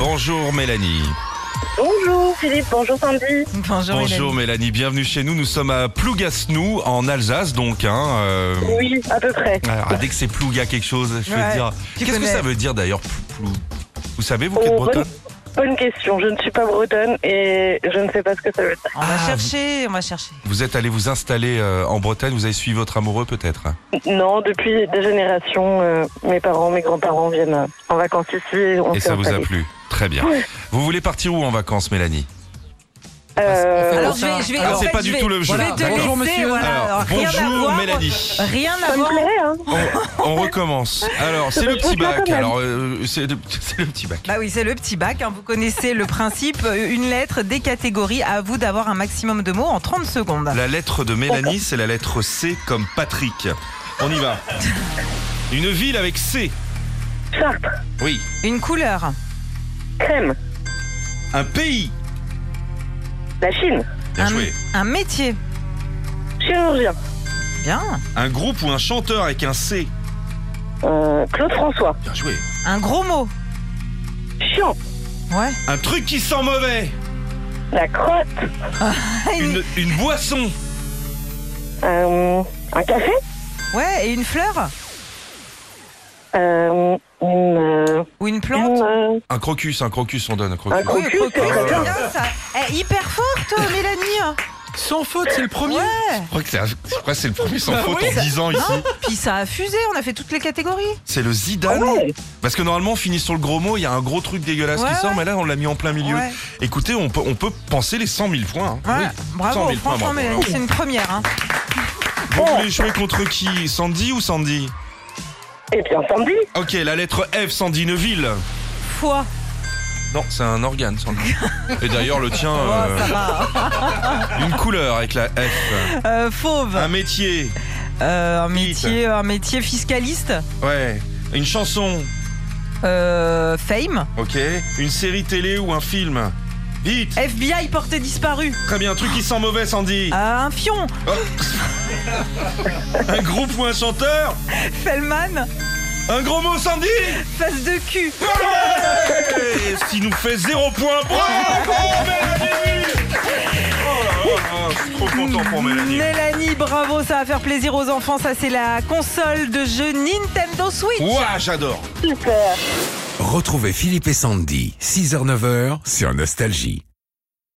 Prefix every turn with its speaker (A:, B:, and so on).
A: Bonjour Mélanie.
B: Bonjour Philippe, bonjour Sandy.
C: Bonjour,
A: Bonjour Mélanie, bienvenue chez nous. Nous sommes à Plougasnou en Alsace donc. Hein, euh,
B: Oui, à peu près.
A: Alors dès que c'est Plouga quelque chose, je vais
C: Ouais,
A: te dire.
C: tu
A: Qu'est-ce que
C: connais.
A: ça veut dire d'ailleurs Plou Vous savez vous qui êtes
B: Oh,
A: bretonne
B: bonne, bonne question, je ne suis pas bretonne et je ne sais pas ce que ça veut dire.
C: On va
A: Ah,
C: chercher, on va chercher.
A: Vous êtes allé vous installer euh, en Bretagne, vous avez suivi votre amoureux peut-être hein
B: Non, depuis des générations, euh, mes parents, mes grands-parents viennent euh, en vacances ici et on
A: Et
B: s'est
A: ça vous a
B: installés.
A: plu Très bien. Vous voulez partir où en vacances Mélanie
B: Euh,
D: Alors,
C: Alors
D: ça.
C: je vais, je vais.
A: Ah,
C: en
A: c'est
C: fait,
A: pas
C: je
A: du
C: vais-
A: tout le jeu.
C: Je vais te
D: Voilà,
C: laisser.
D: bonjour, monsieur.
C: voilà, alors,
A: Alors,
C: rien à
A: bonjour
C: voir.
A: Mélanie.
C: Rien
B: ça
C: à
B: me
C: voir.
B: plairait, hein
A: On recommence. Alors c'est
B: Je
A: le petit
B: trouve ça
A: bac.
B: quand même.
A: Alors euh, c'est le c'est le petit bac.
C: Bah oui, c'est le petit bac. hein, Vous connaissez le principe. Euh, Une lettre, des catégories. À vous d'avoir un maximum de mots en 30 secondes.
A: La lettre de Mélanie, c'est la lettre C comme Patrick. On y va. Une ville avec C.
B: Chartres,
A: Oui.
C: Une couleur.
B: crème,
A: Un pays.
B: la Chine,
A: Bien
C: un,
A: joué.
C: un métier.
B: chirurgien,
C: Bien.
A: Un groupe ou un chanteur avec un C.
B: euh, Claude François,
A: Bien joué.
C: Un gros mot.
B: chiant,
C: Ouais.
A: Un truc qui sent mauvais.
B: la crotte,
A: Une, une boisson.
B: euh, un café,
C: Ouais. Et une fleur
B: euh, une, euh,
C: ou une plante.
B: une, euh,
A: Un crocus, un crocus, on donne un
B: un
A: crocus.
C: Oui,
B: crocus,
C: crocus,
B: c'est
A: Ah,
B: très bien.
C: bien, ça. Eh, hyper forte, Mélanie.
D: Sans faute, c'est le premier.
C: Ouais.
A: Je crois que c'est un- je crois que c'est le premier sans faute
C: Bah oui, Ah.
A: en
C: ça-
A: 10 ans ici.
C: Non, puis ça a fusé, on a fait toutes les catégories.
A: C'est le Zidane.
B: Ouais.
A: Parce que normalement, on finit sur le gros mot, il y a un gros truc dégueulasse
C: Ah Ouais,
A: qui sort,
C: ouais.
A: mais là, on l'a mis en plein milieu.
C: Ouais.
A: Écoutez, on peut, on peut penser les 100 000 points. hein.
C: Ouais,
A: Oui. 100 000
C: Bravo,
A: points,
C: franchement,
A: bravo.
C: Mélanie, c'est une première. hein.
A: Vous
C: Oh.
A: voulez jouer contre qui Sandy ou Sandy
B: Et bien Sandy,
A: Ok, la lettre F, Sandy Neville.
C: Foi.
A: Non, c'est un organe, Sandy. Et d'ailleurs, le tien,
C: Oh,
A: euh,
C: ça va.
A: une couleur avec la F.
C: Euh, fauve.
A: Un métier,
C: Euh, un
A: Pete.
C: métier, un métier fiscaliste.
A: ouais. Une chanson,
C: Euh, fame.
A: ok. Une série télé ou un film. Vite
C: FBI porté disparu.
A: Très bien, un truc qui sent mauvais, Sandy. Oh.
C: Euh, un fion.
A: Un groupe ou un chanteur
C: Fellman.
A: Un gros mot, Sandy
C: Face de cul.
A: Ouais Ce qui nous fait zéro point. Bravo, Mélanie Oh là là là, je suis trop content pour Mélanie.
C: Mélanie, bravo, ça va faire plaisir aux enfants. Ça, c'est la console de jeu Nintendo Switch.
A: Ouah, j'adore
B: super.
E: Retrouvez Philippe et Sandy, 6h-9h sur Nostalgie.